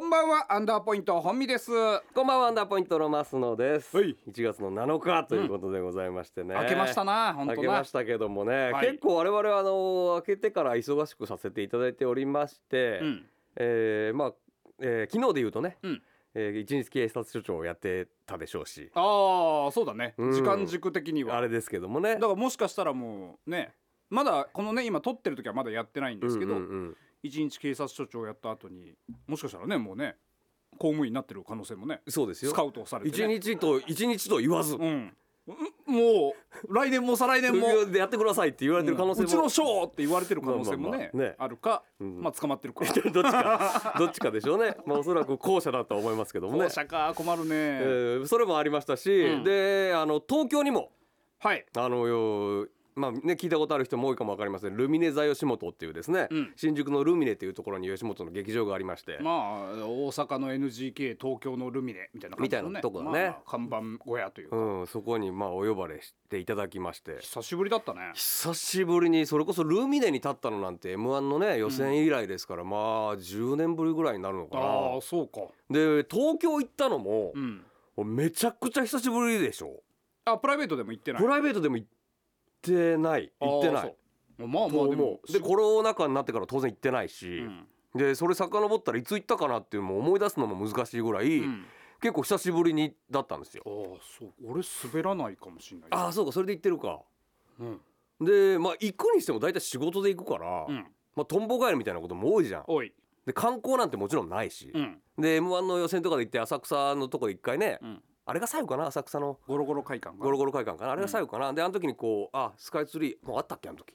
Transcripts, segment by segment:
んばんはアンダーポイント本美ですこんばんはアンダーポイントの増野です。はい1月の7日ということでございましてね。開けましたな本当開なけましたけどもね、はい結構我々はあの開けてから忙しくさせていただいておりまして、うんえーまあ、えー昨日で言うとね、うんえー一日警察署長をやってたでしょうし、ああそうだね、うん時間軸的にはあれですけどもね。だからもしかしたらもうねまだこのね今撮ってる時はまだやってないんですけど、うんうんうん一日警察署長やった後にもしかしたらねもうね公務員になってる可能性もねそうですよス。カウトされて、一ね、日と一日と言わず、うんうんもう来年も再来年も副業でやってくださいって言われてる可能性うちもの、賞って言われてる可能性もまあまねあまあねあるか、うん まあ捕まってるかどっちかどっちかでしょうね。まあおそらく後者だとは思いますけどもね。後者か困るね、えーそれもありましたし、うんであの東京にもはいあのよまあね、聞いたことある人も多いかもわかりませんルミネ座吉本っていうですね、うん新宿のルミネっていうところに吉本の劇場がありまして、まあ大阪の NGK 東京のルミネみたいな感じのねみたいなとこだねまあ看板小屋というか、うん、そこにまあお呼ばれしていただきまして久しぶりだったね久しぶりにそれこそルミネに立ったのなんて m 1のね予選以来ですから、まあ10年ぶりぐらいになるのかなああそうかで東京行ったのもう、んめちゃくちゃ久しぶりでしょあプライベートでも行ってないプライベートでも行ってない行ってなあーいそうまあまあとで思もうでコロナ禍になってから当然行ってないし、うんでそれ遡ったらいつ行ったかなっていうのも思い出すのも難しいぐらい、うん結構久しぶりにだったんですよあ。ーそう俺滑らないかもしれないああそうかそれで行ってるか。うんでまあ行くにしても大体仕事で行くから、うんまあ、トンボ帰るみたいなことも多いじゃん。おいで観光なんてもちろんないし、うんで m 1の予選とかで行って浅草のとこで一回ね、うんあれが最後かな浅草のゴロゴロ会館がゴロゴロ会館かなあれが最後かな、であの時にこうあスカイツリーもうあったっけあの時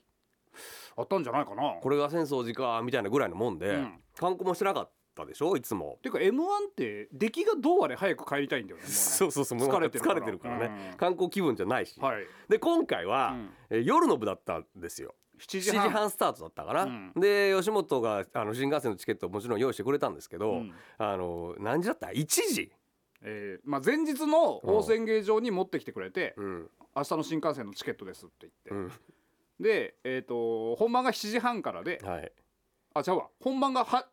あったんじゃないかなこれが浅草寺かみたいなぐらいのもんで、うん観光もしてなかったでしょいつも。ていうか M1 って出来がどうあれ早く帰りたいんだよねもうねそうそうそうもう疲れてるから疲れてるからね、うん観光気分じゃないし、はいで今回は、うんえー夜の部だったんですよ7 7時時半半スタートだったから、うんで吉本があの新幹線のチケットをもちろん用意してくれたんですけど、うんあの何時だった1時、えーまあ、前日の大宣芸場に持ってきてくれて、うん明日の新幹線のチケットですってう言って、んで、えー、と本番が7時半からではい、あ違うわ本番がは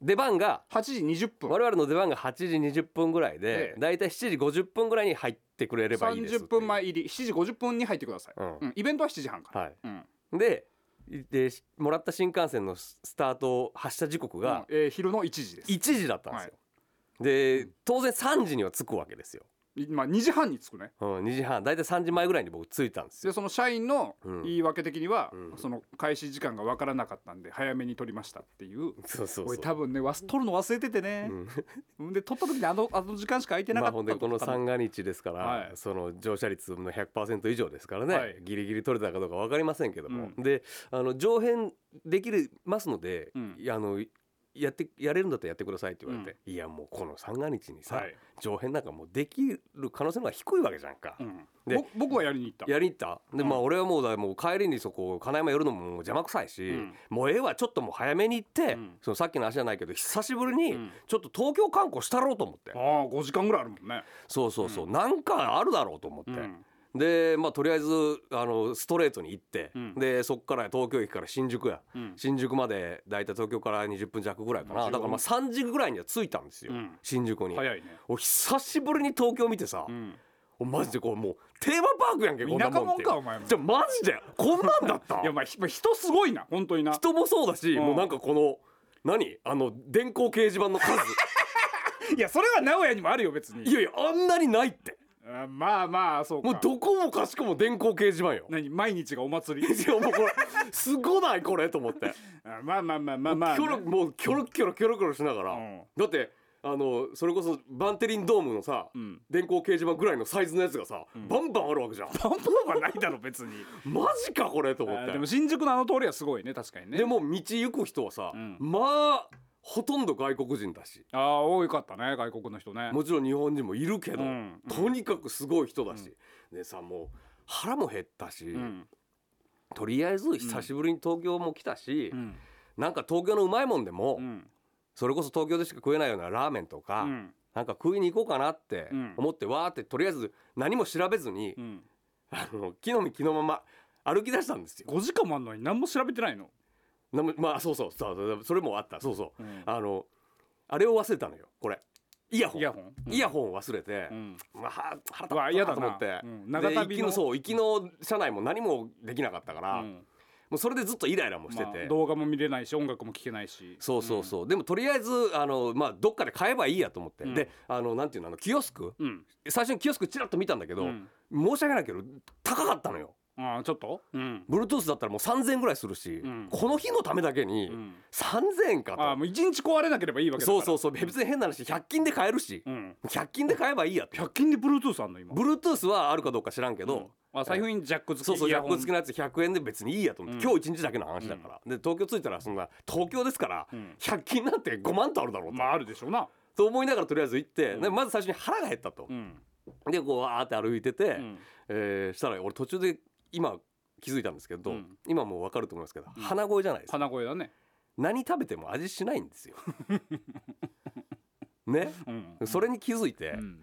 出番が8時20分我々の出番が8時20分ぐらいでえ、えだいたい7時50分ぐらいに入ってくれればいいですっ30ていう分前入り7時50分に入ってください、うんうんイベントは7時半から、はうんい、ででしもらった新幹線のススタート発車時刻うんがえー昼の1時です1時だったんですよ、で当然3時には着くわけですよ、いまあ、2時半に着くねうん、2時半だいたい3時前ぐらいに僕着いたんですよでその社員のうん言い訳的には、うんその開始時間が分からなかったんで早めに取りましたっていうそうそうおそうい多分ねわす取るの忘れててね、で取った時にあのあの時間しか空いてなかまあったほんでとこのかな三が日ですから、はいその乗車率の100%以上ですからね、はいギリギリ取れたかどうか分かりませんけども、うであの上辺できるますので、うんいやあのやってやれるんだったらやってくださいって言われて、いやもうこの三が日にさ、はい上辺なんかもうできる可能性の方が低いわけじゃんか。うんでぼ僕はやりに行ったやりに行ったで、うんまあ俺はもうだもう帰りにそこ金山寄るのももう邪魔くさいし、うんもうええわちょっともう早めに行って、うんそのさっきの話じゃないけど久しぶりにうんちょっと東京観光したろうと思って、ああ5時間ぐらいあるもんね、そうそうそう、なんかあるだろうと思って、うんでまあとりあえずあのストレートに行って、うんでそっから東京駅から新宿や、うん新宿までだいたい東京から20分弱ぐらいかなうんだからまあ3時ぐらいには着いたんですよ、うん新宿に。早いね、お久しぶりに東京見てさ、うん、おマジでこうもうテーマパークやんけこんな田舎もんっもてんかお前もじゃあマジでこんなんだっ たいやまあひまあ人すごいな本当にな 人もそうだし、うんもうなんかこの何あの電光掲示板の数いやそれは名古屋にもあるよ別いにやいやあんなにないってあまあまあそうかもうどこもかしこも電光掲示板よ何毎日がお祭り いやもうこれすごないこれと思ってあまあまあまあまあまあ、キョロもうキョロキョロキョロキョロしながら、うんだってあのそれこそバンテリンドームのさ、うん電光掲示板ぐらいのサイズのやつがさ、バンバンあるわけじゃんパンプはないだろ別にマジかこれと思っあてでも新宿のあの通りはすごいね確かにねでも道行く人はさ、んまあほとんど外国人だしああ多かったね外国の人ねもちろん日本人もいるけど、うんとにかくすごい人だし、でさもう腹も減ったし、うんとりあえず久しぶりに東京も来たし、うんなんか東京のうまいもんでも、うんそれこそ東京でしか食えないようなラーメンとか、うんなんか食いに行こうかなってうん思って、わーってとりあえず何も調べずに、うんあの木の実木のまま歩き出したんですよ。 5時間もあんのに何も調べてないのなまあそうそうそうそれもあったそうそうう、んあのあれを忘れたのよこれイヤホンイヤホン、イヤホンを忘れてう、んまあはうわ腹立嫌ったなとだ思なって、うん長で行旅きののそう行きの車内も何もできなかったかうら、もんうそれでずっとイライラもしてて、まあ動画も見れないし音楽も聴けないしそうそうそう、でもとりあえずあの、まあ、どっかで買えばいいやと思って、うんであのなんていうのあのキオスクうん、最初にキオスクちらっと見たんだけうど、んうん、申し訳ないけど高かったのよあーちょっとうん、 Bluetooth だったらもう3000円ぐらいするし、んこの日のためだけにうん、 3000円かと、あーもう一日壊れなければいいわけだかそらうそうそう別に変な話100均で買えるしうん、 100均で買えばいいやと100均で Bluetooth あんの今 Bluetooth はあるかどうか知らんけど、うんあ財布にジャック付きそうそうイ100ヤホ個ン付きのやつ100円で別にいいやと思って、うん今日一日だけの話だから、で東京着いたらそんな東京ですからうん100均なんて5万とあるだろうと,、まああるでしょうなと思いながらとりあえず行って、うんでまず最初に腹が減ったとう、ん、でこうわーって歩いてて、うんえーしたら俺途中で今気づいたんですけど、うん今もう分かると思いますけど、うん鼻声じゃないですか鼻声だね、何食べても味しないん ですよねうん、それに気づい て、うん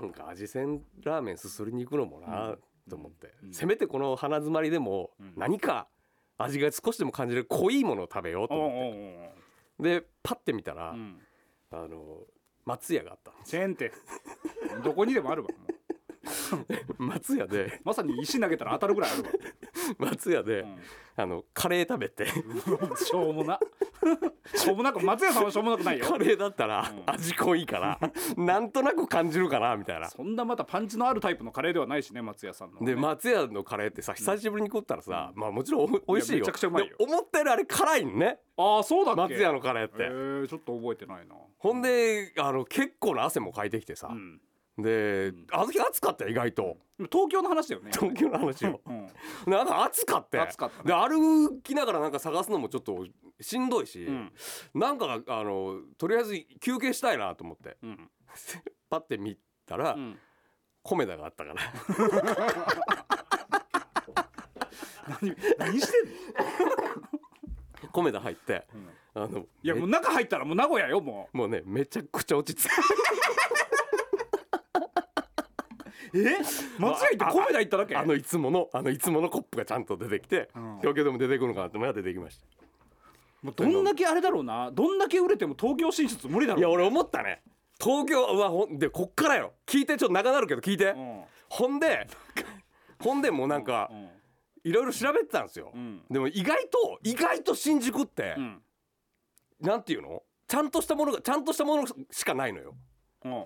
なんか味仙ラーメンすすりに行くのもなと思って、うんせめてこの鼻詰まりでもうん何か味が少しでも感じる濃いものを食べようとおうおう思って、でパッて見たら、おう、うん、あの松屋があったん ですチェーンって どこにでもあるわもう松屋でまさに石投げたら当たるぐらいあるわ、松屋で、うあのカレー食べてん、しょうもな しょうもなく松屋さんはしょうもなくないよ カレーだったらうん味濃いから、 なんとなく感じるかなみたいな。そんなまたパンチのあるタイプのカレーではないしね松屋さんので松屋のカレーってさ久しぶりに食ったらさ、まあもちろんお美味しいよいやめちゃくちゃうまいよで思ったよりあれ辛いんねああそうだっけ松屋のカレーって、えー、ちょっと覚えてないなほんであの結構な汗もかいてきてさ、うんでんあの日暑かったよ意外とでも東京の話だよね、東京の話をうん、なんか暑かったよ暑かったねで歩きながらなんか探すのもちょっとしんどいし、うんなんかあのとりあえず休憩したいなと思ってうん パッて見たら、うんコメダがあったから何何してんの、コメダ 入ってうんあのいやめもう中入ったらもう名古屋よももうねめちゃくちゃ落ち着くうえ松屋行ってあ米田行っただけあのいつものあのいつものコップがちゃんと出てきて、うん東京でも出てくるのかなと思ったら出てきましもうどんだけあれだろうなどんだけ売れても東京進出無理だたろいうや俺思ったね東京うわほんでこっからよ聞いてちょっと長なるけど聞いて、うんほんでほんでもうなんかうんいろいろ調べてたんですよ、うんでも意外と意外と新宿って、うんなんていうのちゃんとしたものがちゃんとしたものしかないのようん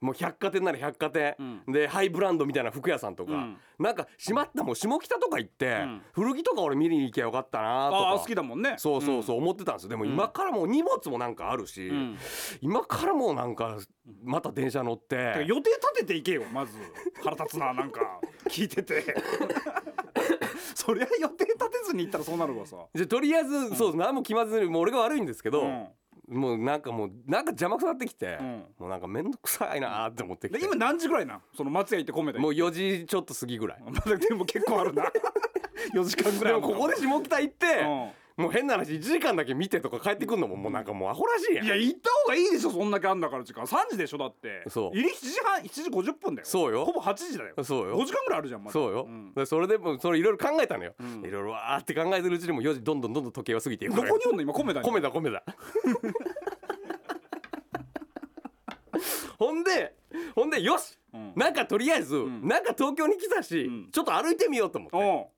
もう百貨店なら百貨店、うでハイブランドみたいな服屋さんとか、うんなんかしまったもう下北とか行って、ん古着とか俺見に行きゃよかったなとかああ好きだもんねそうそうそう思ってたんですよでも今からもう荷物もなんかあるし、うん、うん今からもうなんかまた電車乗っててか予定立てていけよまず腹立つななん か聞いててそりゃ予定立てずに行ったらそうなるわさじゃあとりあえず、そう何も決まずにもう俺が悪いんですけど、うんもうなんかもうなんか邪魔くさなってきて、うんもうなんか面倒くさいなーって思ってきてで今何時ぐらいなんその松屋行って米田行もっう4時ちょっと過ぎぐらいてまだ でも結構あるな 4時間ぐらでいあもるなここで下北行って、うもう変な話1時間だけ見てとか帰ってくんのももうなんかもうアホらしいやんんいや行った方がいいでしょそんだけあんだから時間3時でしょだってそう入り7時半7時50分だよそうよほぼ8時だよそう5よ時間ぐらいあるじゃんまだそうよ、んでそれでもうそれいろいろ考えたのよ、うんいろいろわーって考えてるうちにもう4時どんどんどんどん時計は過ぎていくどのよこにおんの今米田に米だ米だほんでほんでよしうんなんかとりあえず、んなんか東京に来たし、うんちょっと歩いてみようと思って、お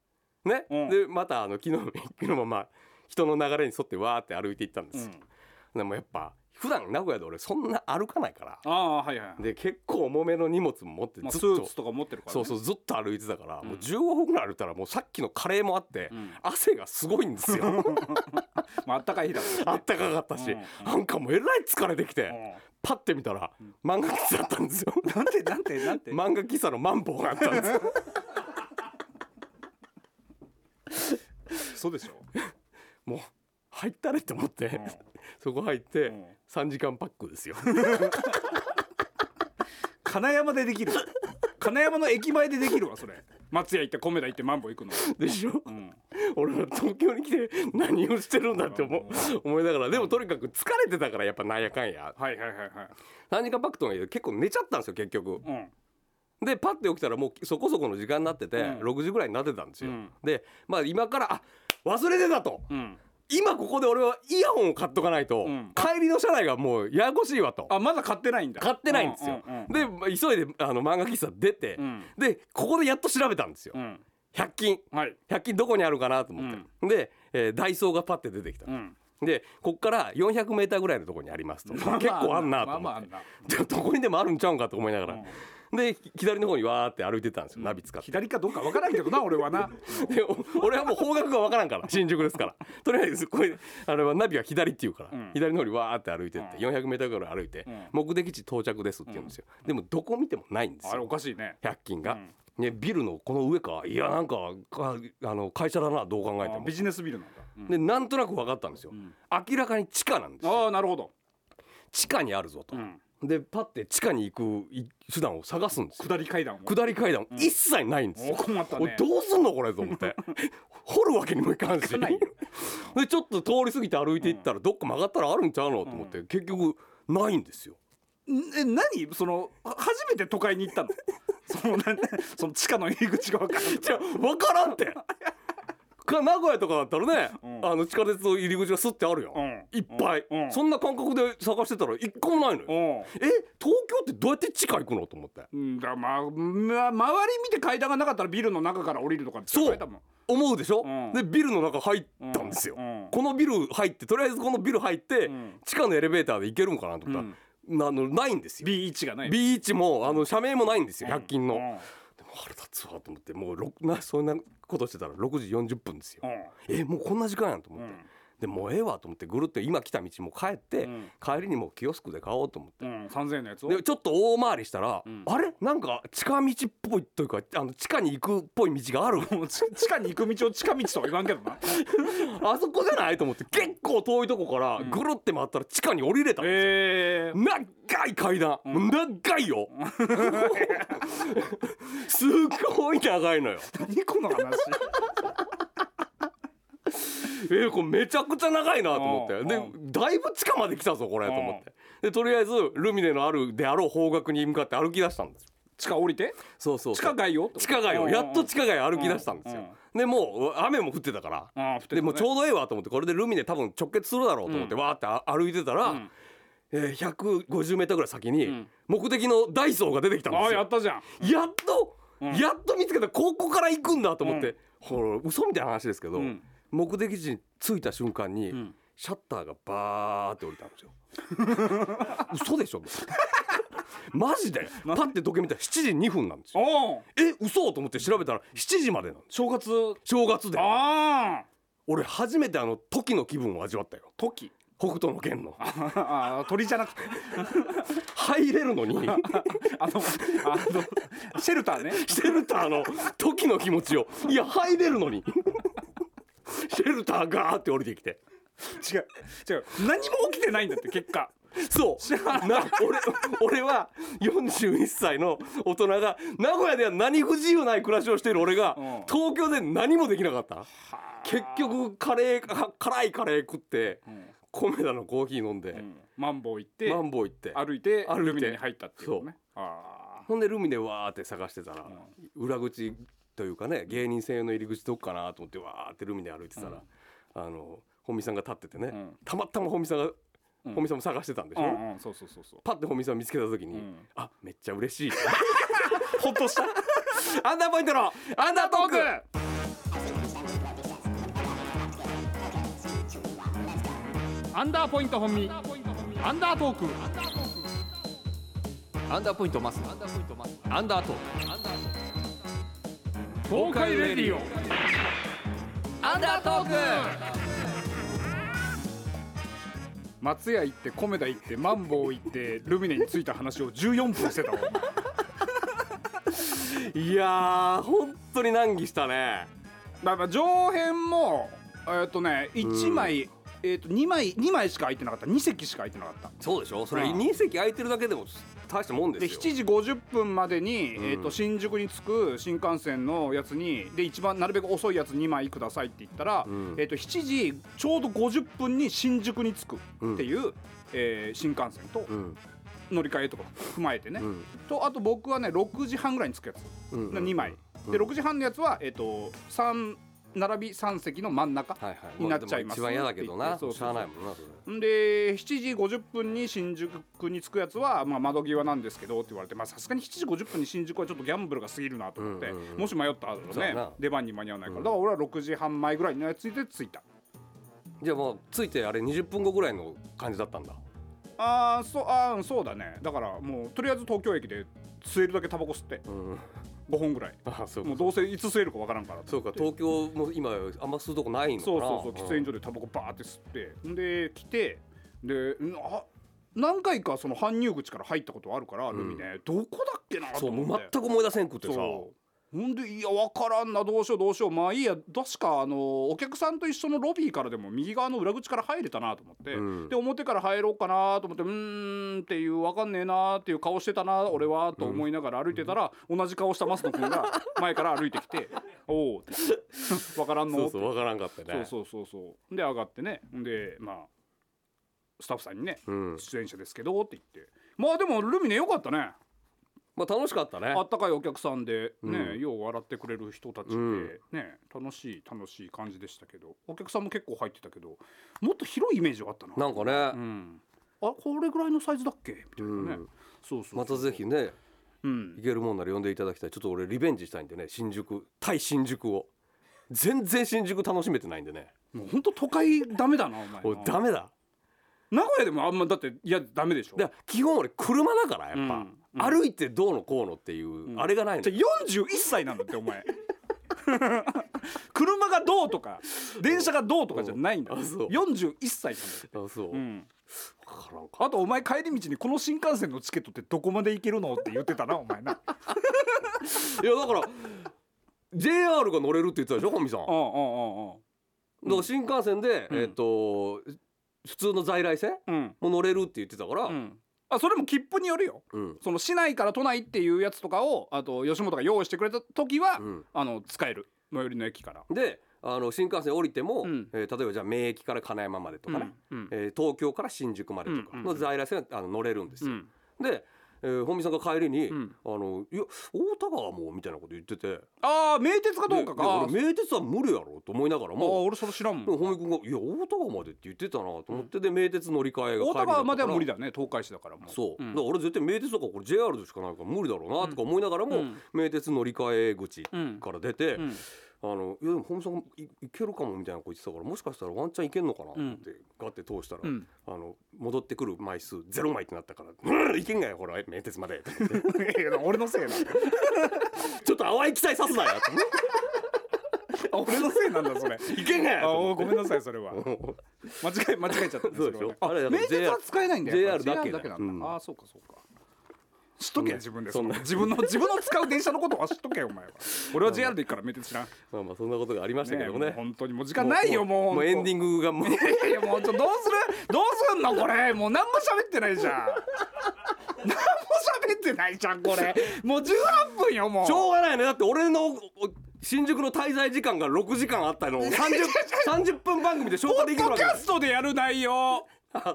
うね、うんでまたあの昨日昨日もまあ人の流れに沿ってわーって歩いていったんですよ、でもやっぱ普段名古屋で俺そんな歩かないからああはいはいで結構重めの荷物も持ってまあ、ずっスと、ーツとか持ってるから、そね、うそううずっと歩いてたから、うんもう15分ぐらい歩いたらもうさっきのカレーもあって、ん汗がすごいんです よまああったかい日だからあったかかったし、うんなんかもうえらい疲れてきて、うんパッて見たら漫画喫茶だったんですよなんてなんてなんて、漫画喫茶のマンボウがあったんですよ そうでしょ、もう入ったれって思って、うんそこ入って、うん3時間パックです よ金山でできる金山の駅前でできるわそれ松屋行って米田行ってマンボウ行くの、でしょうん、俺は東京に来て何をしてるんだって思う思いながらでもとにかく疲れてたからやっぱなんやかんやはいはいはいはい3時間パックとはいえ結構寝ちゃったんですよ結局うんでパッて起きたらもうそこそこの時間になってて、うん6時ぐらいになってたんですよ、うんでまあ今からあ忘れてたとうん今ここで俺はイヤホンを買っとかないと、うん帰りの車内がもうややこしいわとあまだ買ってないんだ買ってないんですよ、うんうんでまあ急いであの漫画喫茶出て、うんでここでやっと調べたんですよ、うん100均はい100均どこにあるかなと思って、で、えーダイソーがパッて出てきた、うんでこっから 400m ぐらいのところにありますと結構あんなと思って、まあまああんなで どこにでもあるんちゃうんかと思いながうら、んで左の方にわーって歩いてたんですよ、ナビ使って。左かどうかわからんけどな俺はなでお俺はもう方角がわからん から新宿ですからとりあえずこれあれはナビは左っていうから、うん左の方にわーって歩いてって、う 400m ぐらい歩いて、うん目的地到着ですって言うんですよ、でもどこ見てもないんですあれよおかしいね100均が、ね、ビルのこの上かいやなんかかあの会社だなどう考えてあもビジネスビルなんだうんでなんとなく分かったんですよ、ん明らかに地下なんですよああなるほど地下にあるぞと、うんでパッて地下に行くい手段を探すんですよ下り階段を下り階段一切ないんですおよ、困ったおいねどうすんのこれと思って掘るわけにもいかんしかないよでちょっと通り過ぎて歩いていったら、どっか曲がったらあるんちゃうのと思って、結局ないんですよんえ何そのは初めて都会に行ったの そのなんその地下の入り口がわからんじゃあ分からんって か名古屋とかだったらね、うんあの地下鉄の入り口がスッてあるよ、うんいっぱい、うんそんな感覚で探してたら一個もないのよ、うんえ東京ってどうやって地下行くのと思ってうんだからまあ、ま周り見て階段がなかったらビルの中から降りるとかってそう書いてあるもん思うでしょ、うんでビルの中入ったんですよ、うんうんこのビル入ってとりあえずこのビル入って、うん地下のエレベーターで行けるんかなと思ったら、なあのないんですよ B1 がない B1 もあの社名もないんですよ100均の、うんでも腹立つわと思ってもうろくなそんなことしてたら6時40分ですよ、えもうこんな時間やんと思うんうっんて、でもうええわと思ってぐるっと今来た道も帰って、うん帰りにもうキオスクで買おうと思って。うん、3000円のやつをでちょっと大回りしたら、うんあれなんか近道っぽいというかあの地下に行くっぽい道があるもうち地下に行く道を近道とは言わんけどなあそこじゃないと思って結構遠いとこからんぐるって回ったら地下に降りれたんですよ、 ええ長い階段、長い よ すっごい長いのよ何この話えー、これめちゃくちゃ長いなと思ってうんでうだいぶ地下まで来たぞこれと思ってでとりあえずルミネのあるであろう方角に向かって歩き出したんです地下降りてそうそう地そう下街よ地下街をやっと地下街歩き出したんですうよんでもう雨も降ってたからああ降ってたねでもうちょうどええわと思ってこれでルミネ多分直結するだろうと思ってうわーってあ歩いてたら、うんえー、150メートルぐらい先うにん目的のダイソーが出てきたんでああすよやったじゃんやっと、うんやっと見つけたここから行くんだと思って、うんほら嘘みたいな話ですけど、うん目的地に着いた瞬間に、んシャッターがバーって降りたんですよ 嘘でしょ マジでパッて時計見たら7時2分なんですよおおえ嘘と思って調べたら7時までなんです正月正月でああ俺初めてあの時の気分を味わったよ時北斗の剣のああ鳥じゃなくて 入れるのにあのあのシェルターねシェルターの時の気持ちをいや入れるの にシェルターガーって降りてきて違う違う何も起きてないんだって結果そうな俺俺は41歳の大人が名古屋では何不自由ない暮らしをしている俺がうん東京で何もできなかった結局カレーか辛いカレー食ってうん米田のコーヒー飲んで、うんマンボウ行ってマンボウ行って歩いて歩いてルミネに入ったっていうことねあほんでルミネわーって探してたら、裏口というかね芸人専用の入り口どっかなと思ってわーってルミネ歩いてたら、あの本見さんが立っててね、うんたまたま本見さんが、ん本見さんも探してたんでしあうょ、んうんそうそうそうそうパッて本見さん見つけた時に、んあめっちゃ嬉しい ほっとしたアンダーポイントのアンダートークアンダーポイント本身アンダートークアンダーポイントマスアンダートーク東海レディオアンダートーク松屋行って米田行ってマンボウ行ってルミネに着いた話を14分してたわお前いやー本当に難儀したねだから上辺もえーっ、とね1枚、えーっと2枚2枚しか空いてなかった2席しか空いてなかったそうでしょそれうん2席空いてるだけでも大したもんでですよ7時50分までに、うんえー、と新宿に着く新幹線のやつにで一番なるべく遅いやつ2枚くださいって言ったら、うんえー、と7時ちょうど50分に新宿に着くっていう、えー新幹線とうん乗り換えとか踏まえてね、うんとあと僕はね6時半ぐらいに着くやつ、うん2枚、うんで6時半のやつは、えー、と3並び三席の真ん中はいはいになっちゃいますでも一番嫌だけどなって言ってしゃあないもんなそれんで7時50分に新宿に着くやつは、まあ、窓際なんですけどって言われてまあさすがに7時50分に新宿はちょっとギャンブルが過ぎるなと思って、うんうんうんもし迷ったらそうやねな出番に間に合わないから、だから俺は6時半前ぐらいに着いて着いたじゃあもうついてあれ20分後ぐらいの感じだったんだあーそうあーそうだねだからもうとりあえず東京駅で吸えるだけタバコ吸ってうん5本ぐらい あそうもかうどうせいつ吸えるかわからんからそうか東京も今あんま吸うとこないのかそうなそうそう喫煙所でタバコバーって吸ってんで来てでんあ何回かその搬入口から入ったことあるから、ルミねどこだっけなそとうも思うって全く思い出せんくってさそうほんでいや分からんなどうしようどうしようまあいいや確かあのお客さんと一緒のロビーからでも右側の裏口から入れたなと思って、うんで表から入ろうかなと思ってうーんっていう分かんねえなっていう顔してたな俺はと思いながら歩いてたら、同じ顔した増野君が前から歩いて きて「おお」って 「分からんの?」そうそうわからんかったそうねそうそうそうで上がってねでまあスタッフさんにねうん出演者ですけどって言ってまあでもルミネ良かったねまあ楽しかったねあったかいお客さんでね、うんよう笑ってくれる人たちで、うんね楽しい楽しい感じでしたけどお客さんも結構入ってたけどもっと広いイメージがあったななんかうねん、あこれぐらいのサイズだっけみたいなね、うんそうそうまたぜひねうん行けるもんなら呼んでいただきたいちょっと俺リベンジしたいんでね新宿対新宿を全然新宿楽しめてないんでねもう本当都会ダメだなお前俺ダメだ名古屋でもあんまだっていやダメでしょだから基本俺車だからやっぱ、うんうん歩いてどうのこうのっていう、んあれがないのじゃあ41歳なんだってお前車がどうとか電車がどうとかじゃないんだうんあそう41歳なんだって、あそう、うん、わからんかあとお前帰り道にこの新幹線のチケットってどこまで行けるのって言ってたなお前ないやだから JR が乗れるって言ってたでしょ本見さんだうかんうら新幹線で、うんえっ、と普通の在来線んうんうんも乗れるって言ってたから、うんうんあそれも切符によるようんその市内から都内っていうやつとかをあと吉本が用意してくれた時は、うんあの使える最寄りの駅からであの新幹線降りても、うんえー例えばじゃあ名駅から金山までとかね、うんうんえー東京から新宿までとかうんうんうのん在来線はあの乗れるんですうよ。んで、えー本見さんが帰りに「うんあのいや大田川も」みたいなこと言ってて。ああ名鉄かどうかかでであー俺名鉄は無理やろと思いながらあーも俺それ知らんでもも本ん井君が「いや大田川まで」って言ってたなと思ってで名鉄乗り換えが大田川までは無理だだね東海市だからもうそう、んだから俺絶対名鉄とかこれ JR でしかないから無理だろうなとか思いながらも、うん名鉄乗り換え口うんから出て、うんあのいやでも本井さんいいけるかもみたいなこと言ってたからもしかしたらワンチャンいけんのかなと思って、ガッて通したら、うんあの戻ってくる枚数ゼロ枚ってなったから 「うんいけんがよほら名鉄まで」 と思っていや 俺のせいだちょっと淡い期待さすなよ」 と思っ俺のせいなんだそれていけんがあよ」おごめんなさいそれはと思って間違え間違えちゃったねそうでしょれはあれだからね名鉄 JR は使えないんだよ JR だけだなんだ、うんああそうかそうか知っとけそんな自分でそんなその自分の自分の使う電車のことは知っとけお前は俺は JR で行くから名鉄知らんまあまあそんなことがありましたけどもねえねもう本当にもう時間ないよもうもうエンディンングがもうグいやもうちょどうするどうすんのこれもう何も喋ってないじゃん何も喋ってないじゃんこれもう18分よもうしょうがないねだって俺のお新宿の滞在時間が6時間あったのを 30, 30分番組で消化できポるッドわキけャストでやる内容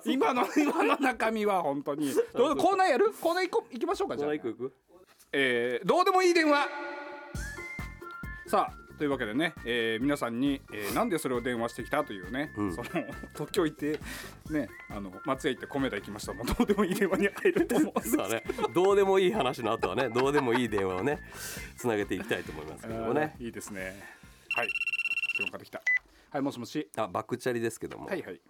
今の今の中身は本当 にどうコーナーやるコーナー行こ行きましょうかじゃあ、行く行くえーどうでもいい電話さあというわけでね、えー皆さんに、えーなんでそれを電話してきたというね、その東京行ってねあの松江行って米田行きましたもうどうでもいい電話に入ると思うんですそうだねどうでもいい話の後はねどうでもいい電話をねつなげていきたいと思いますけどもねあーいいですねはい電話かかってきたはいもしもしあバックチャリですけども、はいはい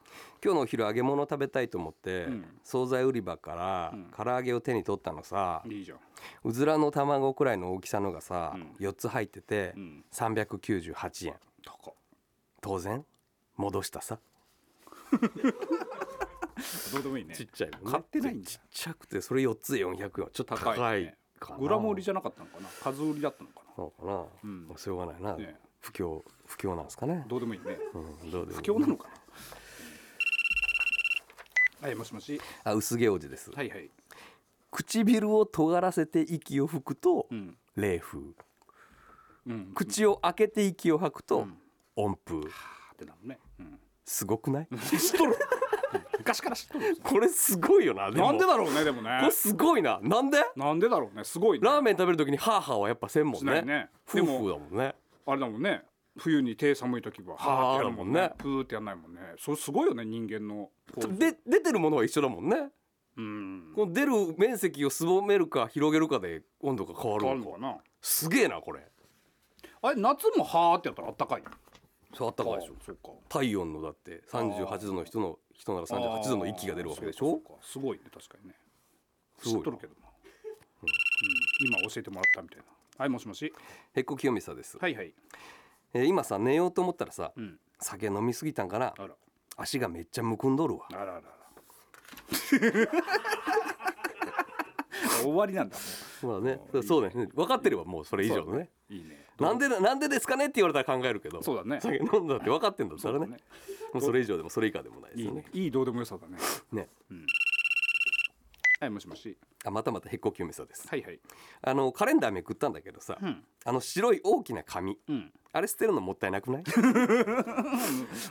今日のお昼揚げ物食べたいと思って、ん惣菜売り場から唐揚げを手に取ったのさ、いいじゃんうずらの卵くらいの大きさのがさ、ん4つ入ってて、うん398円高っ当然戻したさどうでもいいねちっちゃいもんね買ってないんだちっちゃくてそれ4つで400円ちょっと高い高いねかなグラム売りじゃなかったのかな数売りだったのかななのかな、んしょうがないな、ねえ不況不況なんですかねどうでもいいねうんどうでも不況なのかなはいもしもしあ薄毛おじです、はいはい唇を尖らせて息を吹くと、うん冷風うん口を開けて息を吐くと、うん温風はーってなるね、うん、すごくない知っとる昔から知っとるんですよ これすごいよなでもなんでだろうねでもこねれすごいななんでなんでだろうねすごいねラーメン食べる時にハーハーはやっぱせんもんしなねいね夫婦だもんねあれだもんね冬に手寒い時ははーってやるもんねはーだもんねプーってやんないもんねそれすごいよね人間のこうで出てるものは一緒だもんねうんこの出る面積をすぼめるか広げるかで温度が変わる変わるののかかなすげえなこれあれ夏もはーってやったらあったかいそうあったかいでしょあーそうか体温のだって38度の人の人なら38度の息が出るわけでしあーょそうかそうかすごいね確かにねす知ごっいとるけどな、うん今教えてもらったみたいなはいもしもしへっこ清美さんです、はいはいえー今さ寝ようと思ったらさうん酒飲みすぎたんかなあら足がめっちゃむくんどるわあらあらあら 終わりなんだもまあねそうそうだよね分かってればもうそれ以上そのうだねういいねなんでなんでですかねって言われたら考えるけどそうだね酒飲んだって分かってんだったらそうねだねもうそれ以上でもそれ以下でもないですいいよねねいいどうでもよさだねねはいもしもしあまたまたへっこ清美さんですはいはいあのカレンダーめくったんだけどさ、んあの白い大きな紙うんあれ捨てるのもったいなくない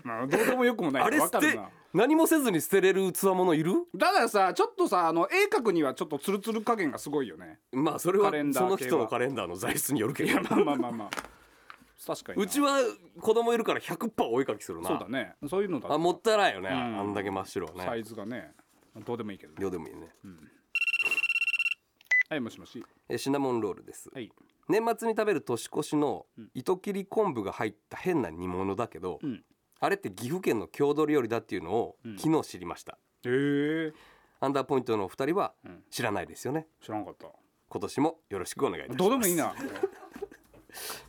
まあどうでもよくもないあれわ捨かるてな何もせずに捨てれる器物いるだからさちょっとさあの鋭角にはちょっとツルツル加減がすごいよねまあそれはカレンダーその系は人のカレンダーの材質によるけどまあまあまあまあ確かになうちは子供いるから100%お絵かきするなそうだねそういうのだあもったいないよね、んあんだけ真っ白はサねイズがねどうでもいいけどねよでもいいね、はいもしもしえシナモンロールです、はい年末に食べる年越しの糸切り昆布が入った変な煮物だけど、んあれって岐阜県の郷土料理だっていうのを昨日知りました、へえアンダーポイントのお二人はん知らないですよね知らなかった今年もよろしくお願いいたしますどうでもいい な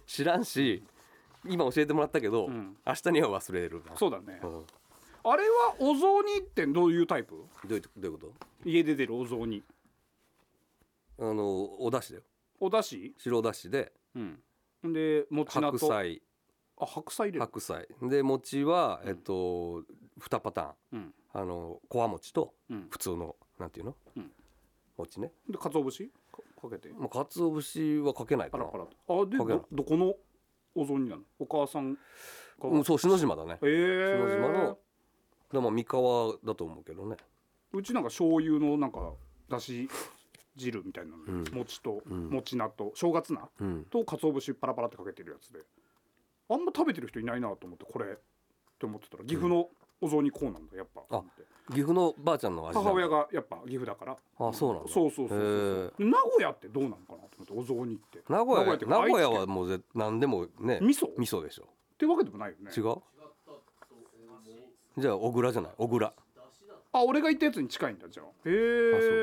知らんし今教えてもらったけど、ん明日には忘れるなそうだねうん、どあれはお雑煮ってどういうタイプういうどういうこと家で出るお雑煮あのお出汁だよおだし白だしでうんでもち菜と白菜あ白菜入れる白菜で餅はえっと2パターンうんあのこわ餅とうん普通のなんていうのうん餅ねで鰹節かかけてもう鰹節はかけないパかなラパラとあでかけないどどこのお雑煮なのお母さんがうんそう篠島だねええ篠島のでも三河だと思うけどねうちなんか醤油のなんかだし汁みたいなの、ん餅とん餅菜と正月菜うんと鰹節パラパラってかけてるやつであんま食べてる人いないなと思ってこれって思ってたら岐阜のお雑煮こうなんだやっぱ、あ岐阜のばあちゃんの味だ母親がやっぱ岐阜だからあそうなんだそうそうそうそう名古屋ってどうなのかなと思ってお雑煮って名古屋っていうか名古屋愛は知県もうぜ何でもね味噌っ味噌でしょてわけでもないよね違うじゃあ小倉じゃない小倉あ俺が言ったやつに近いんだじゃあへあ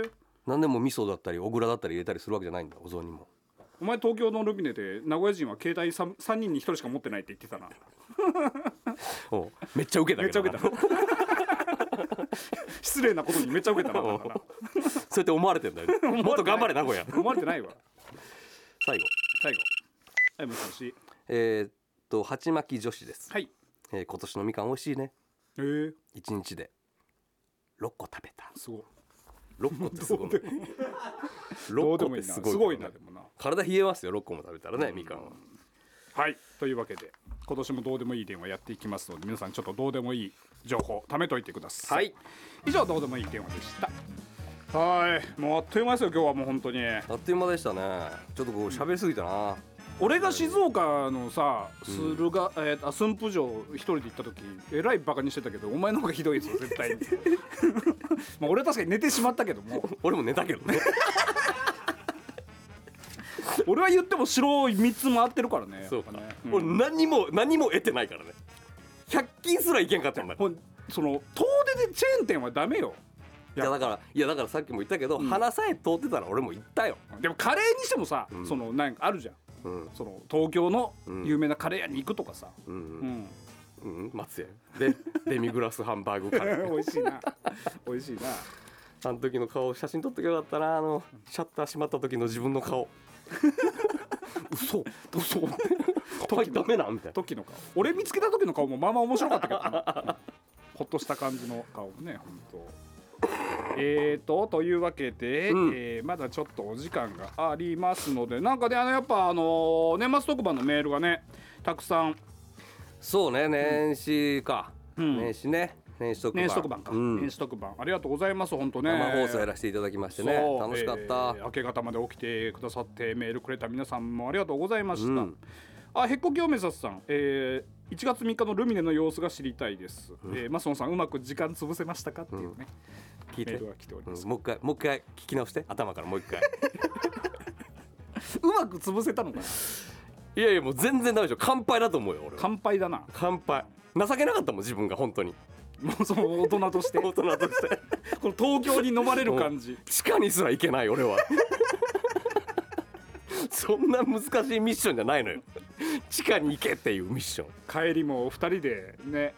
え何でも味噌だったり小倉だったり入れたりするわけじゃないんだお雑煮もお前東京のルミネで名古屋人は携帯 3, 三人に1人しか持ってないって言ってたな おうめっちゃウケた けめっちゃど受けなた失礼なことにめっちゃ 受けたなだからそうやって思われてんだ よねもっと頑張れ名古屋思われてないわ最後最後はいもしもしえーっと鉢巻き女子です、はいえー今年のみかん美味しいねえー、一日で6個食べたすごい6個ってすごいどう6で個っもいていすなすごい,、ごいなでもな体冷えますよ6個も食べたらねみかんははいというわけで今年もどうでもいい電話やっていきますので皆さんちょっとどうでもいい情報貯めといてください、はい以上どうでもいい電話でしたはいもうあっという間ですよ今日はもう本当にあっという間でしたねちょっとこう喋りすぎたな俺が静岡のさ駿河、えー、あ駿府城一人で行った時えらいバカにしてたけどお前の方がひどいですよ 絶対に まあ俺は確かに寝てしまったけども 俺も寝たけどね俺は言っても城3つ回ってるからねそうやかっ、ぱねん俺何も何も得てないからね100均すらいけんかったんだもうその遠出でチェーン店はダメよいやだからいやだからさっきも言ったけど、鼻さえ通ってたら俺も行ったよ、でもカレーにしてもさ、んそのなんかあるじゃんうんその東京のん有名なカレー屋に行くとかさ、うんうんうん、うん、松屋で デミグラスハンバーグカレー 美味 しいな美味しいなあの時の顔写真撮ってよかったなあのシャッター閉まった時の自分の顔 嘘嘘はいダメなんみたいな時の顔俺見つけた時の顔もまあまあ面白かったけ どなほっとした感じの顔もね本当。えーとというわけで、うんえーまだちょっとお時間がありますのでなんかねあのやっぱあのー年末特番のメールがねたくさんそうね年始か、ん年始ね年始特番年始特番か、うん年始特番ありがとうございます本当ね生放送やらせていただきましてねそう楽しかった、えー明け方まで起きてくださってメールくれた皆さんもありがとうございました、うんあへっこきおめささん、えー、1月3日のルミネの様子が知りたいです、うんえーマソンさんうまく時間潰せましたかっていうね、聞いてメールが来ておりうまんす、もう一回もう一回聞き直して頭からもう一回うまく潰せたのかないやいやもう全然ダメでしょ乾杯だと思うよ俺は乾杯だな乾杯情けなかったもん自分が本当 にもうそ の大人 として大こ人としての東京に飲まれる感じ地下にすら行けない俺は そんな難しいミッションじゃないのよ地下に行けっていうミッション帰りもお二人でね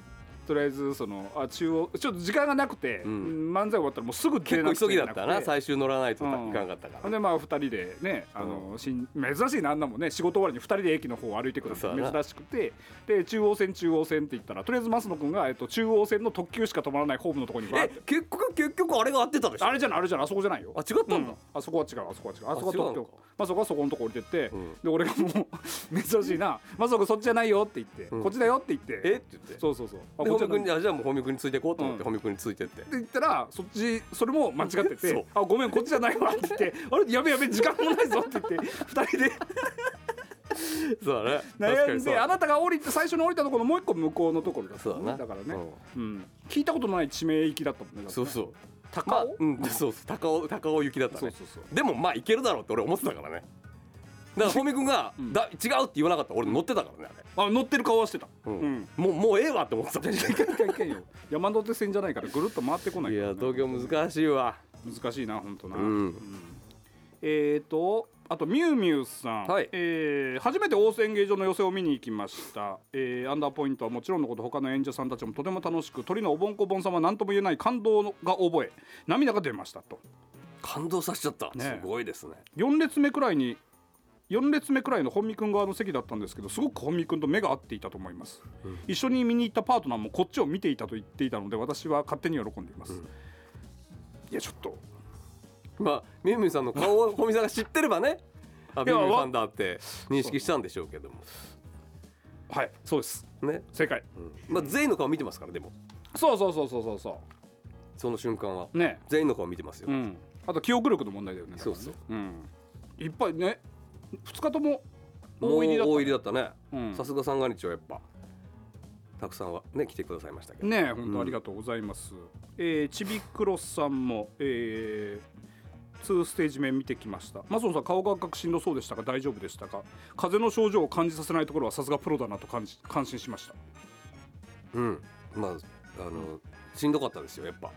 とりあえずそのあ中央ちょっと時間がなくて、うん漫才終わったらもうすぐ結出な構くて急ぎだったなくて最終乗らないというんかんかったから、ほんでまあ2人でねあの、新珍しいなあんなもんね仕事終わりに2人で駅の方を歩いてくるそうやのな珍しくてで中央線中央線って言ったらとりあえず増野君が、えっと、中央線の特急しか止まらないホームのところにわーっえて結局結局あれが合ってたでしょあれじゃないあれじゃないあそこじゃないよあ違ったうんんだ、あそこは違うあそこは違うあそこはあ違うの東京かまあそこはそこのとこ降りてって、うんで俺がもう 珍しいな「まさかそっちじゃないよ」って言って、うんこっちだよ」って言ってえって言ってでそうそうそうあホミじゃな君にあいじゃあもうホミ君についていこうと思って、うんホミ君についてってって言ったらそっちそれも間違ってそうて「あごめんこっちじゃないわ」って言って 「あれやべやべ時間もないぞ」って言って2人でそうだね悩確かにんそうでだあなたが降りて最初に降りたところのもう一個向こうのところだったそうだなだからね、うんうん聞いたことのない地名域だったもんねだってそねうそう高尾まあうんそうそう高尾高尾行きだったそうねそうそうでもまあいけるだろうって俺思ってたからねだからホミ君が、んだ違うって言わなかったら俺乗ってたからねあれあ乗ってる顔はしてたうんうんもうもうええわって思ってたいけんいけんいけんよ山手線じゃないからぐるっと回ってこないいからや東京難しいわ難しいな本当な、うんえーとあとミュウミュウさん、はいえー初めて大泉芸場の寄席を見に行きました、えーアンダーポイントはもちろんのこと他の演者さんたちもとても楽しく鳥のおぼんこぼんさんは何とも言えない感動が覚え涙が出ましたと感動させちゃった、ねすごいですね4列目くらいに4列目くらいの本見くん側の席だったんですけどすごく本見くんと目が合っていたと思います、うん一緒に見に行ったパートナーもこっちを見ていたと言っていたので私は勝手に喜んでいます、うんいやちょっとまあみゆみゆさんの顔をホミさんが知ってればねあいみやゆみゆわさんだって認識したんでしょうけどもはいそうですね、正解うんまあ全員の顔見てますからでもそうそうそうそうそうそその瞬間はうね全員の顔見てますよ、うんあと記憶力の問題だよねそうそう多分ねうんいっぱいね2日とももう大入りだっ大入りだったねたうんさすが三が日はやっぱたくさんはね来てくださいましたけど、ねえ本うん当ありがとうございます、えーちびくろさんもえー2ステージ目見てきましたマソンさん顔が赤くしんどそうでしたが大丈夫でしたか風邪の症状を感じさせないところはさすがプロだなと感じ感心しました、うんまああの、しんどかったですよやっぱ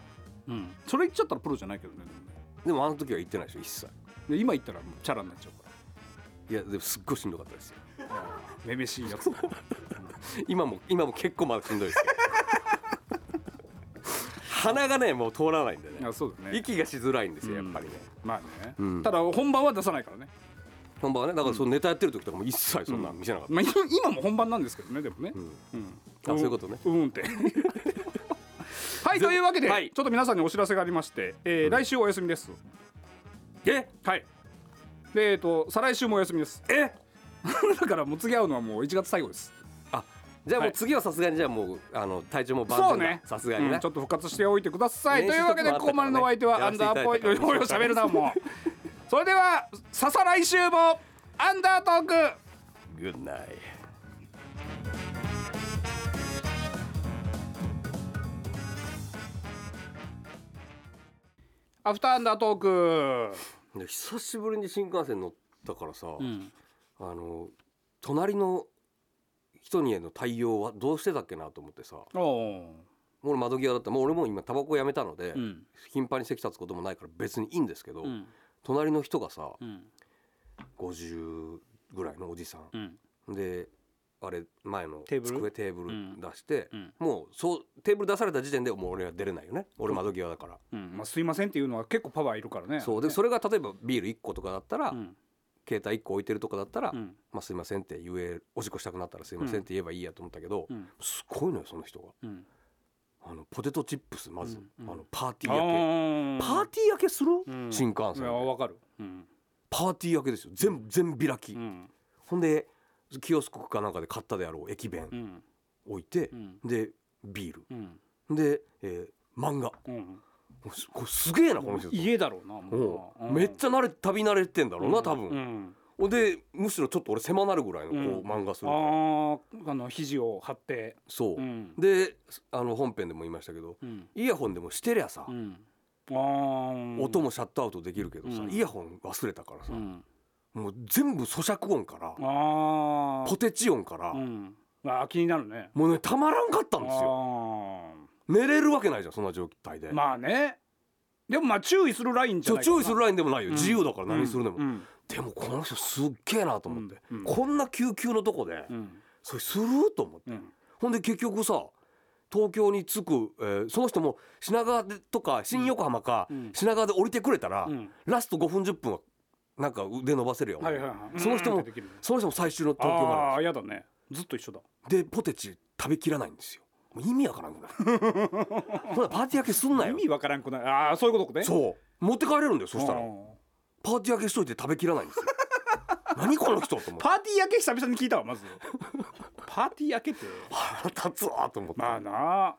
うん、それ言っちゃったらプロじゃないけどねでもあの時は言ってないでしょ一切で今言ったらもうチャラになっちゃうかいやでもすっごいしんどかったですよらめめしいやつだ 今も今も結構まだしんどい ですけど鼻がねもう通らないんでねあそうだね息がしづらいんですよやうっんぱりね、まあね、うんただ本番は出さないからね本番はねだからそのネタやってる時とかも一切そんなん見せなかった、まあ、今今も本番なんですけどねでもね、うんうんあそういうことねうん ってはいというわけで、はいちょっと皆さんにお知らせがありまして、えーうん来週お休みですえはいでえっ、と再来週もお休みですえ だからもう次会うのはもう1月最後ですあじゃあもはうい次はさすがにじゃあもうあの体調も万そう全だねさすがにね、うんちょっと復活しておいてください練と習いうわけでとこかもあったからねこやまでのお相手はアらンせていダただーいたからポイントよしゃべるなもうそれではささ来週もアンダートーク Good night. アフターアンダートーク、で久しぶりに新幹線乗ったからさ、うん、あの隣の人にへの対応はどうしてたっけなと思ってさおお俺窓際だったもう俺も今タバコやめたので、ーうん頻繁に席立つこともないから別にいいんですけど、うん隣の人がさうん50ぐらいのおじさん、うんであれ前のテーブル机テーブうんル出して、うんもうそうテーブル出された時点でもう俺は出れないよね俺窓際だから、うんまあ、すいませんっていうのは結構パワーいるからねそうでそれが例えばビール1個とかだったら、うん携帯1個置いてるとかだったら、うんまあ、すいませんって言えおしっこしたくなったらすいませんって言えばいいやと思ったけど、うんすごいのよその人がうんあのポテトチップスまず、うんうんあのパーティあー焼けパーティー焼けする、うん新幹線いやわかるうんパーティー焼けですよ全全開き、うんほんでキオスクかなんかで買ったであろう駅弁うん置いてう、んでビールうんで、えー漫画うんもうすこれすげえなこの人家だろうなもうんうなうんめっちゃ慣れ旅慣れてんだろうな多分、うんほんでむしろちょっと俺狭なるぐらいのこう漫画するから、あーあの肘を張ってそう、うんであの本編でも言いましたけどうんイヤホンでもしてりゃさ、うんあー音もシャットアウトできるけどさ、うんイヤホン忘れたからさう、んもう全部咀嚼音からあポーテチ音から、うんあー気になるねもうねたまらんかったんですよ寝れるわけないじゃんそんな状態あで、ーまあねでもまあ注意するラインじちゃょないかな注意するラインでもないよ、うん自由だから何するでも、うんでもこの人すっげえなと思って、うんうんこんな救急のとこで、うんそれすると思って、うんほんで結局さ東京に着く、えーその人も品川でとか新横浜か、うん品川で降りてくれたら、うんラスト5分10分はなんか腕伸ばせるよ、はいはいはいその人うんも出てきるその人も最終の東京までああーやだねずっと一緒だでポテチ食べきらないんですよもう意味わからんくない ほらパーティー明けすんな意よ味わからんくないああそういうことねそう持って帰れるんだよそしたらうんパーティー明けしといて食べきらないん ですよ何この人と思ってパーティー明け久々に聞いたわま ずパーティー明けって腹立つわと思ってまあな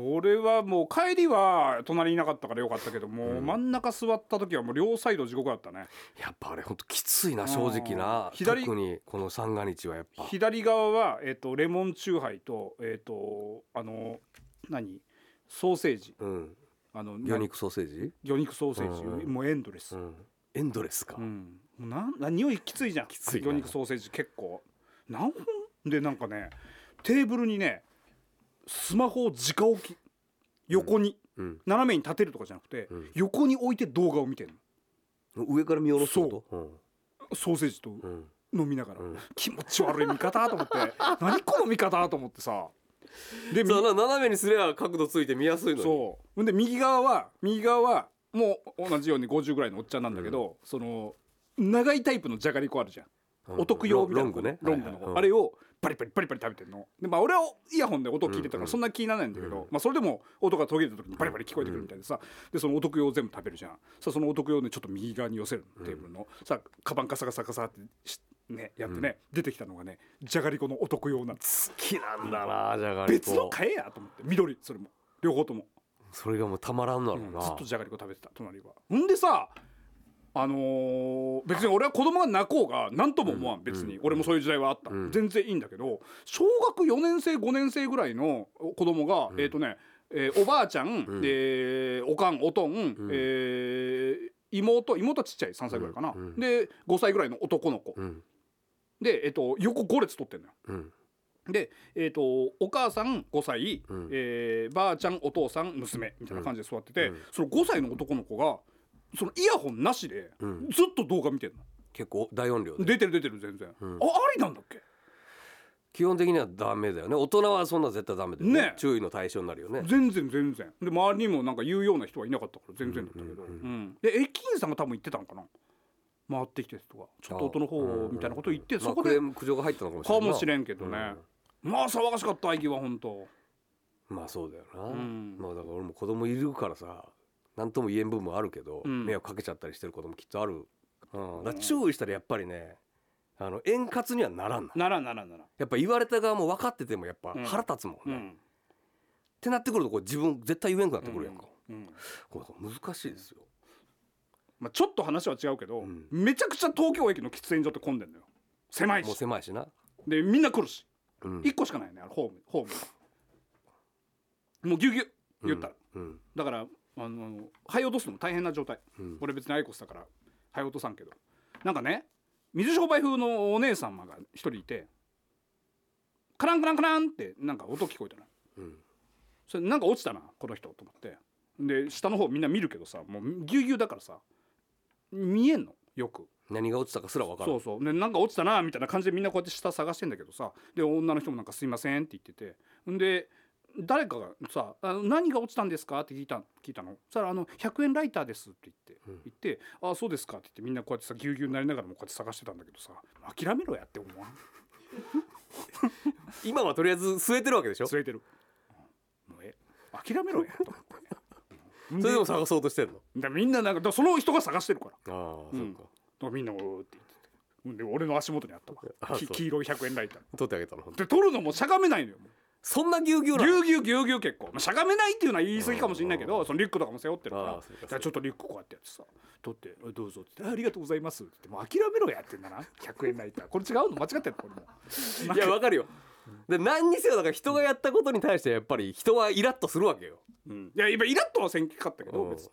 俺はもう帰りは隣にいなかったからよかったけども、う真ん中座った時はもう両サイド地獄だったねやっぱあれほんときついな正直なうん左特にこの三が日はやっぱ左側は、えっとレモンチューハイとえっ、とあの何ソーセージうんあの魚肉ソーセージ魚肉ソーセージ、うんもうエンドレス、ううんんエンドレスかもうなんな匂いきついじゃんきついな魚肉ソーセージ結構何本でなんかねテーブルにねスマホを直置き横に、うん斜めに立てるとかじゃなくて、うん横に置いて動画を見てる上から見下ろすことのソーセージとうんうん飲みながら、うん気持ち悪い見方と 思って何この見方と思ってさでみそうな斜めにすれば角度ついて見やすいのにそうで右側は右側はもう同じように50ぐらいのおっちゃんなんだけど、その長いタイプのじゃがりこあるじゃん、うんお得用みたいなロングねロングはの、いはいうんあれをバリバリバリバリ食べてるのでまあ俺はイヤホンで音を聞いてうんたかうんらそんな気にならないんだけど、うんまあ、それでも音が途切れた時にバリバリ聞こえてくるみたいでさでそのお得用を全部食べるじゃんさそのお得用をねちょっと右側に寄せるのテーブルの、さカバンカサカサカサってしねやってね、出てきたのがねじゃがりこのお得用なんです好きなんだなじゃがりこ別の買えやと思って緑それも両方とも。それがもうたまらんのだろううんなずっとじゃがりこ食べてた隣はほんでさあのー別に俺は子供が泣こうが何とも思わん、うん別に、うん俺もそういう時代はあった、うん全然いいんだけど小学4年生5年生ぐらいの子供が、んえっ、とね、えーおばあちゃん、んえーおかんおとん、えー妹妹はちっちゃい3歳ぐらいかな、うんうんで5歳ぐらいの男の子、うんで、えっと横5列取ってんのようんで、えー、とお母さん5歳、うんえーばあちゃんお父さん娘みたいな感じで座ってて、うんうんその5歳の男の子がそのイヤホンなしでうんずっと動画見てるの結構大音量で出てる出てる全然、うんあありなんだっけ基本的にはダメだよね大人はそんな絶対ダメだよねね注意の対象になるよね全然全然で周りにもなんか言うような人はいなかったから全然だったけど、ううんんうんうんで駅員さんが多分言ってたのかな回ってきてる人がちょっと音の方をみたいなことを言って、うんそこまあクレでーム苦情が入ったのかもしれかないなもしれんけどね、まあ騒がしかった駅は本当うんまあそうだよな、うんまあだから俺も子供いるからさ何とも言えん部分もあるけど、うん迷惑かけちゃったりしてることもきっとある、うん、だから注意したらやっぱりねあの円滑にはならんなならならなら、やっぱ言われた側も分かっててもやっぱうん腹立つもんね、っうんてなってくるとこう自分絶対言えんくなってくるやんか、うんこれ難しいですよまあ、ちょっと話は違うけど、うんめちゃくちゃ東京駅の喫煙所って混んでんのよ狭いもうし狭いしな、でみんな来るしうん1個しかないねあれホームホームもうギュギュ言ったら、うんだからあの肺落とすのも大変な状態うん俺別にアイコスだから肺落とさんけどなんかね水商売風のお姉様が一人いてカランカランカランってなんか音聞こえたなうんそれなんか落ちたなこの人と思ってで下の方みんな見るけどさもうギュギュだからさ見えんのよく何が落ちたかすら分からんそうそうでなんか落ちたなみたいな感じでみんなこうやって下探してんだけどさで女の人もなんか「すいません」って言っててんで誰かがさあの「何が落ちたんですか?」って聞いた聞いたのそしたらあの「100円ライターです」って言って、うん言って「ああそうですか」って言ってみんなこうやってさぎゅうぎゅうになりながらもこうやって探してたんだけどさ諦めろやって思わん今はとりあえず据えてるわけでしょそ連れてるもうえ諦めろやと思ってれでも探そうとしてんのでみんななんかだからその人が探してるからだかああ、うんそっからみんな「おー」って言っててで俺の足元にあったわあきそう黄色い100円ライター 取ってあげたのほんとで取るのもしゃがめないのよもうそんなぎゅうぎゅうぎなゅうぎゅうぎゅうぎゅう結構、まあ、しゃがめないっていうのは言い過ぎかもしれないけどそのリュックとかも背負ってるあかあそうらかじゃあちょっとリュックこうやってやってさ取って「どうぞ」って言ってあ「ありがとうございます」って言ってもう諦めろやってんだな100円ないからこれ違うの間違ってるこれも いやわかるよで何にせよだから人がやったことに対してやっぱり人はイラッとするわけようん、いや今イラッとはせんかったけどうん別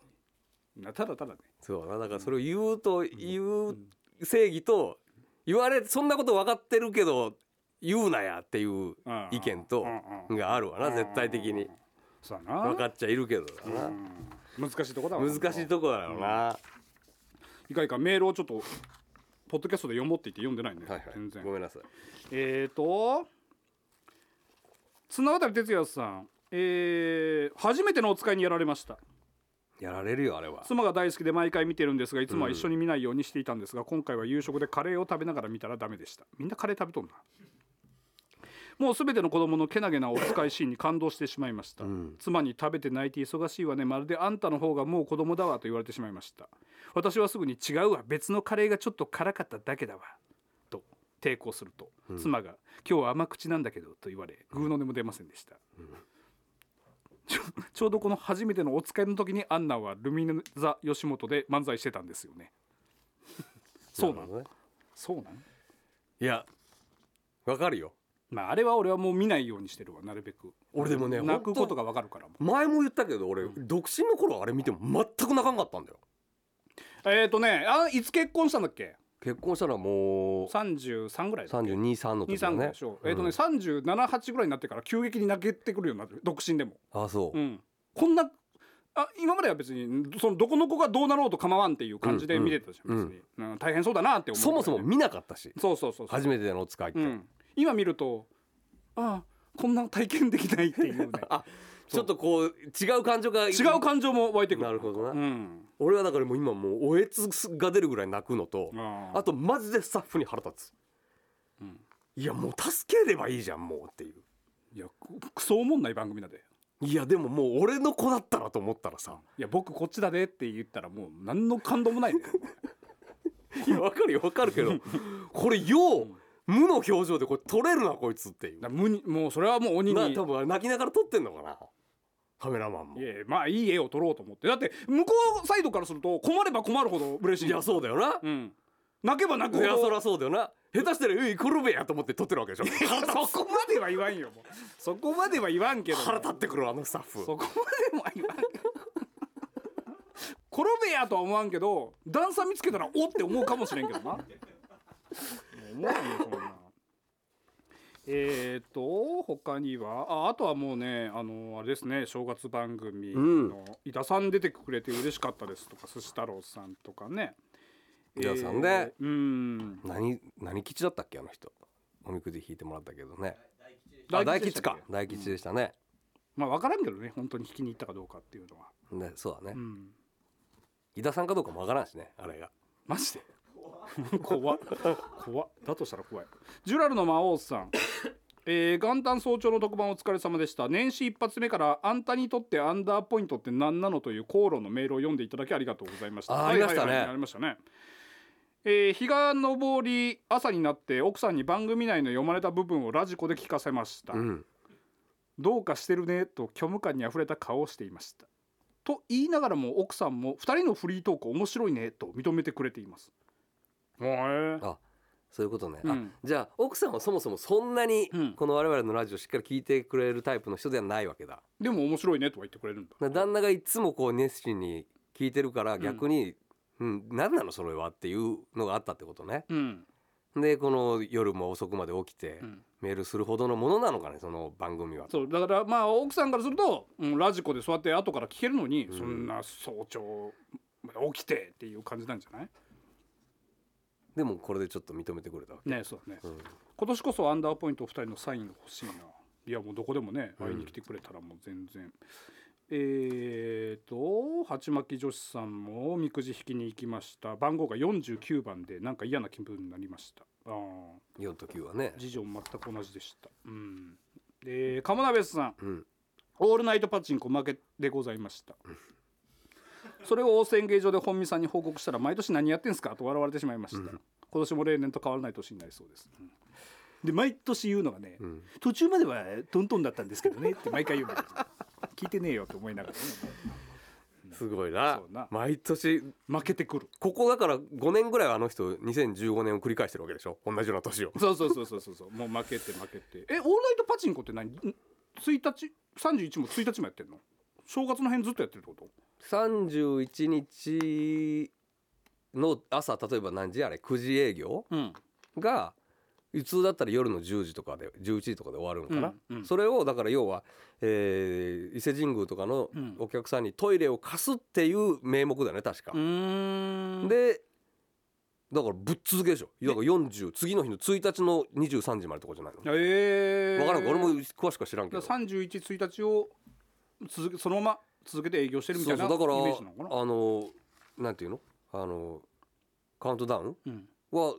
になただただねそうだなだからそれを言うと言う正義と言われそんなこと分かってるけど言うなやっていう意見とうんうんうんがあるわな絶対的にそうだな分かっちゃいるけどだな難しいとこだわ難しいとこだよな、いかいかメールをちょっとポッドキャストで読もうって言って読んでないね、はい全はい然ごめんなさいえーと綱渡哲也さんえー初めてのお使いにやられましたやられるよあれは妻が大好きで毎回見てるんですがいつもは一緒に見ないようにしていたんですが、今回は夕食でカレーを食べながら見たらダメでしたみんなカレー食べとんなもうすべての子供のけなげなお使いシーンに感動してしまいました、妻に食べて泣いて忙しいわねまるであんたの方がもう子供だわと言われてしまいました私はすぐに違うわ別のカレーがちょっと辛かっただけだわと抵抗すると、妻が今日は甘口なんだけどと言われグーの音も出ませんでした、ちょちょうどこの初めてのお使いの時にアンナはルミネザ吉本で漫才してたんですよ ねそうなるのほどねそうなのいや分かるよまああれは俺はもう見ないようにしてるわなるべく俺でもね泣くことががわかるからもう前も言ったけど俺、独身の頃あれ見ても全く泣かんかったんだよえっ、ー、とねあいつ結婚したんだっけ結婚したのはもう33ぐらいだっけ323の時だ23ぐらいねでしょ、えっ、とね378ぐらいになってから急激に泣けてくるようになってる独身でもあそう、うん、こんなあ今までは別にそのどこの子がどうなろうと構わんっていう感じで見れてたじゃん、うんうん別に、うん大変そうだなって思うそもそも見なかったしそうそうそうそう初めてのお使いって、うん、今見るとああこんな体験できないっていうね あちょっとこう違う感情が違う感情も湧いてくるなるほどな、うん、俺はだからもう今もうおえつが出るぐらい泣くのと、ああとマジでスタッフに腹立つ、うんいやもう助ければいいじゃんもうっていういやくクソおもんない番組だでいやでももう俺の子だったらと思ったらさいや僕こっちだでって言ったらもう何の感動もない ねいやわかるよわかるけ どこれよう無の表情でこれ取れるなこいつっていうだ無にもうそれはもう鬼なに多分あれ泣きながら撮ってんのかなカメラマンもいやいやまあいい絵を撮ろうと思ってだって向こうサイドからすると困れば困るほど嬉しいいやそうだよな、うん、泣けば泣くいほやそどりゃそうだよな下手したら「うい転べや」と思って撮ってるわけでしょ そこまでは言わんよもうそこまでは言わんけど腹立ってくるあのスタッフそこまでは言わん転べやとは思わんけど段差見つけたらおって思うかもしれんけどなもう思わんよそんなえーと他にはああとはもうねあのあれですね正月番組の井田さん出てくれて嬉しかったですとか寿司太郎さんとかね井田さんねえーうん何何吉だったっけあの人おみくじ引いてもらったけどねあ大大吉でし吉たっかけ大吉でしたね、まあ分からんけどね本当に引きに行ったかどうかっていうのは、ねそうだね、うん、井田さんかどうかもわからんしねあれがマジで 怖っ怖っだとしたら怖いジュラルの魔王さんえー、元旦早朝の特番お疲れ様でした年始一発目からあんたにとってアンダーポイントって何なのという口論のメールを読んでいただきありがとうございましたあーありましたねはいはいはいありましたねえー日が昇り朝になって奥さんに番組内の読まれた部分をラジコで聞かせました、うんどうかしてるねと虚無感にあふれた顔をしていましたと言いながらも奥さんも2人のフリートーク面白いねと認めてくれていますへえあそういうことね、うあんじゃあ奥さんはそもそもそんなにうんこの我々のラジオしっかり聞いてくれるタイプの人ではないわけだでも面白いねとは言ってくれるんだだ旦那がいつもこう熱心に聞いてるから逆に、うん何なのそれはっていうのがあったってことねうん、でこの夜も遅くまで起きてうんメールするほどのものなのかねその番組はそうだからまあ奥さんからすると、うん、ラジコでそうやって後から聞けるのに、うんそんな早朝まで起きてっていう感じなんじゃないでもこれでちょっと認めてくれたわけ、ねそうだねうん今年こそアンダーポイント2人のサインが欲しいないやもうどこでもね会いに来てくれたらもう全然、えーと鉢巻き女子さんもおみくじ引きに行きました番号が49番でなんか嫌な気分になりましたああ4と9はね事情全く同じでしたうんで鴨鍋さんうんオールナイトパチンコ負けでございましたそれを応戦芸場で本見さんに報告したら毎年何やってんすかと笑われてしまいました、今年も例年と変わらない年になりそうです、で毎年言うのがね、うん途中まではトントンだったんですけどねって毎回言うんだけど聞いてねえよと思いながら、ね、すごいなそうな毎年負けてくるここだから5年ぐらいはあの人2015年を繰り返してるわけでしょ同じような年をそうそうそうそうそうそうもう負けて負けてえオールナイトパチンコって何ん1日31も1日もやってんの正月の辺ずっとやってるってこと31日の朝例えば何時あれ9時営業うんが普通だったら夜の10時とかで11時とかで終わるのかな、うんうんそれをだから要は、えー伊勢神宮とかのうんお客さんにトイレを貸すっていう名目だよね確か、んででだからぶっ続けでしょだから40次の日の1日の23時までとかじゃないのええー、分からん俺も詳しくは知らんけだどから31日を続けそのまま続けて営業してるみたいなそうそうだからイメージなのかなあのなんていうのあのカウントダウンうん、は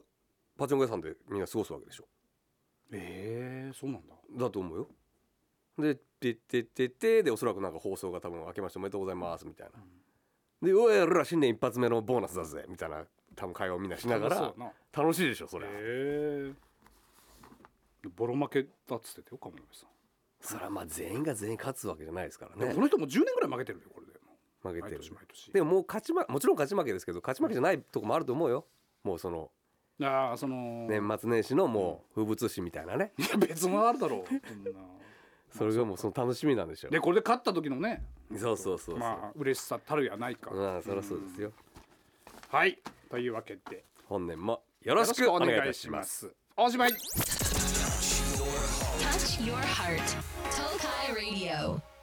パチンコ屋さんでみんな過ごすわけでしょええー、そうなんだだと思うよで「てってってって」でおそらくなんか放送が多分「明けましておめでとうございます」みたいな「でおい俺ら新年一発目のボーナスだぜ」みたいな多分会話をみんなしながそらうな楽しいでしょそりゃええボロ負けだっつっててよかもさん、そりゃまあ全員が全員勝つわけじゃないですからでもねこの人もう10年ぐらい負けてるよこれで負けて毎る年毎年でももう勝ち負けもちろん勝ち負けですけど勝ち負けじゃないとこもあると思うよもうそのああその年末年始のもう風物詩みたいなねいや別物あるだろうそんなそれがもうその楽しみなんでしょでこれで勝った時のねそうそうそうそうまあ嬉しさたるやないか、まあそりゃそうですよはいというわけで本年もよろしくお願いいたしますすおしまい Touch your heart. Tokai Radio.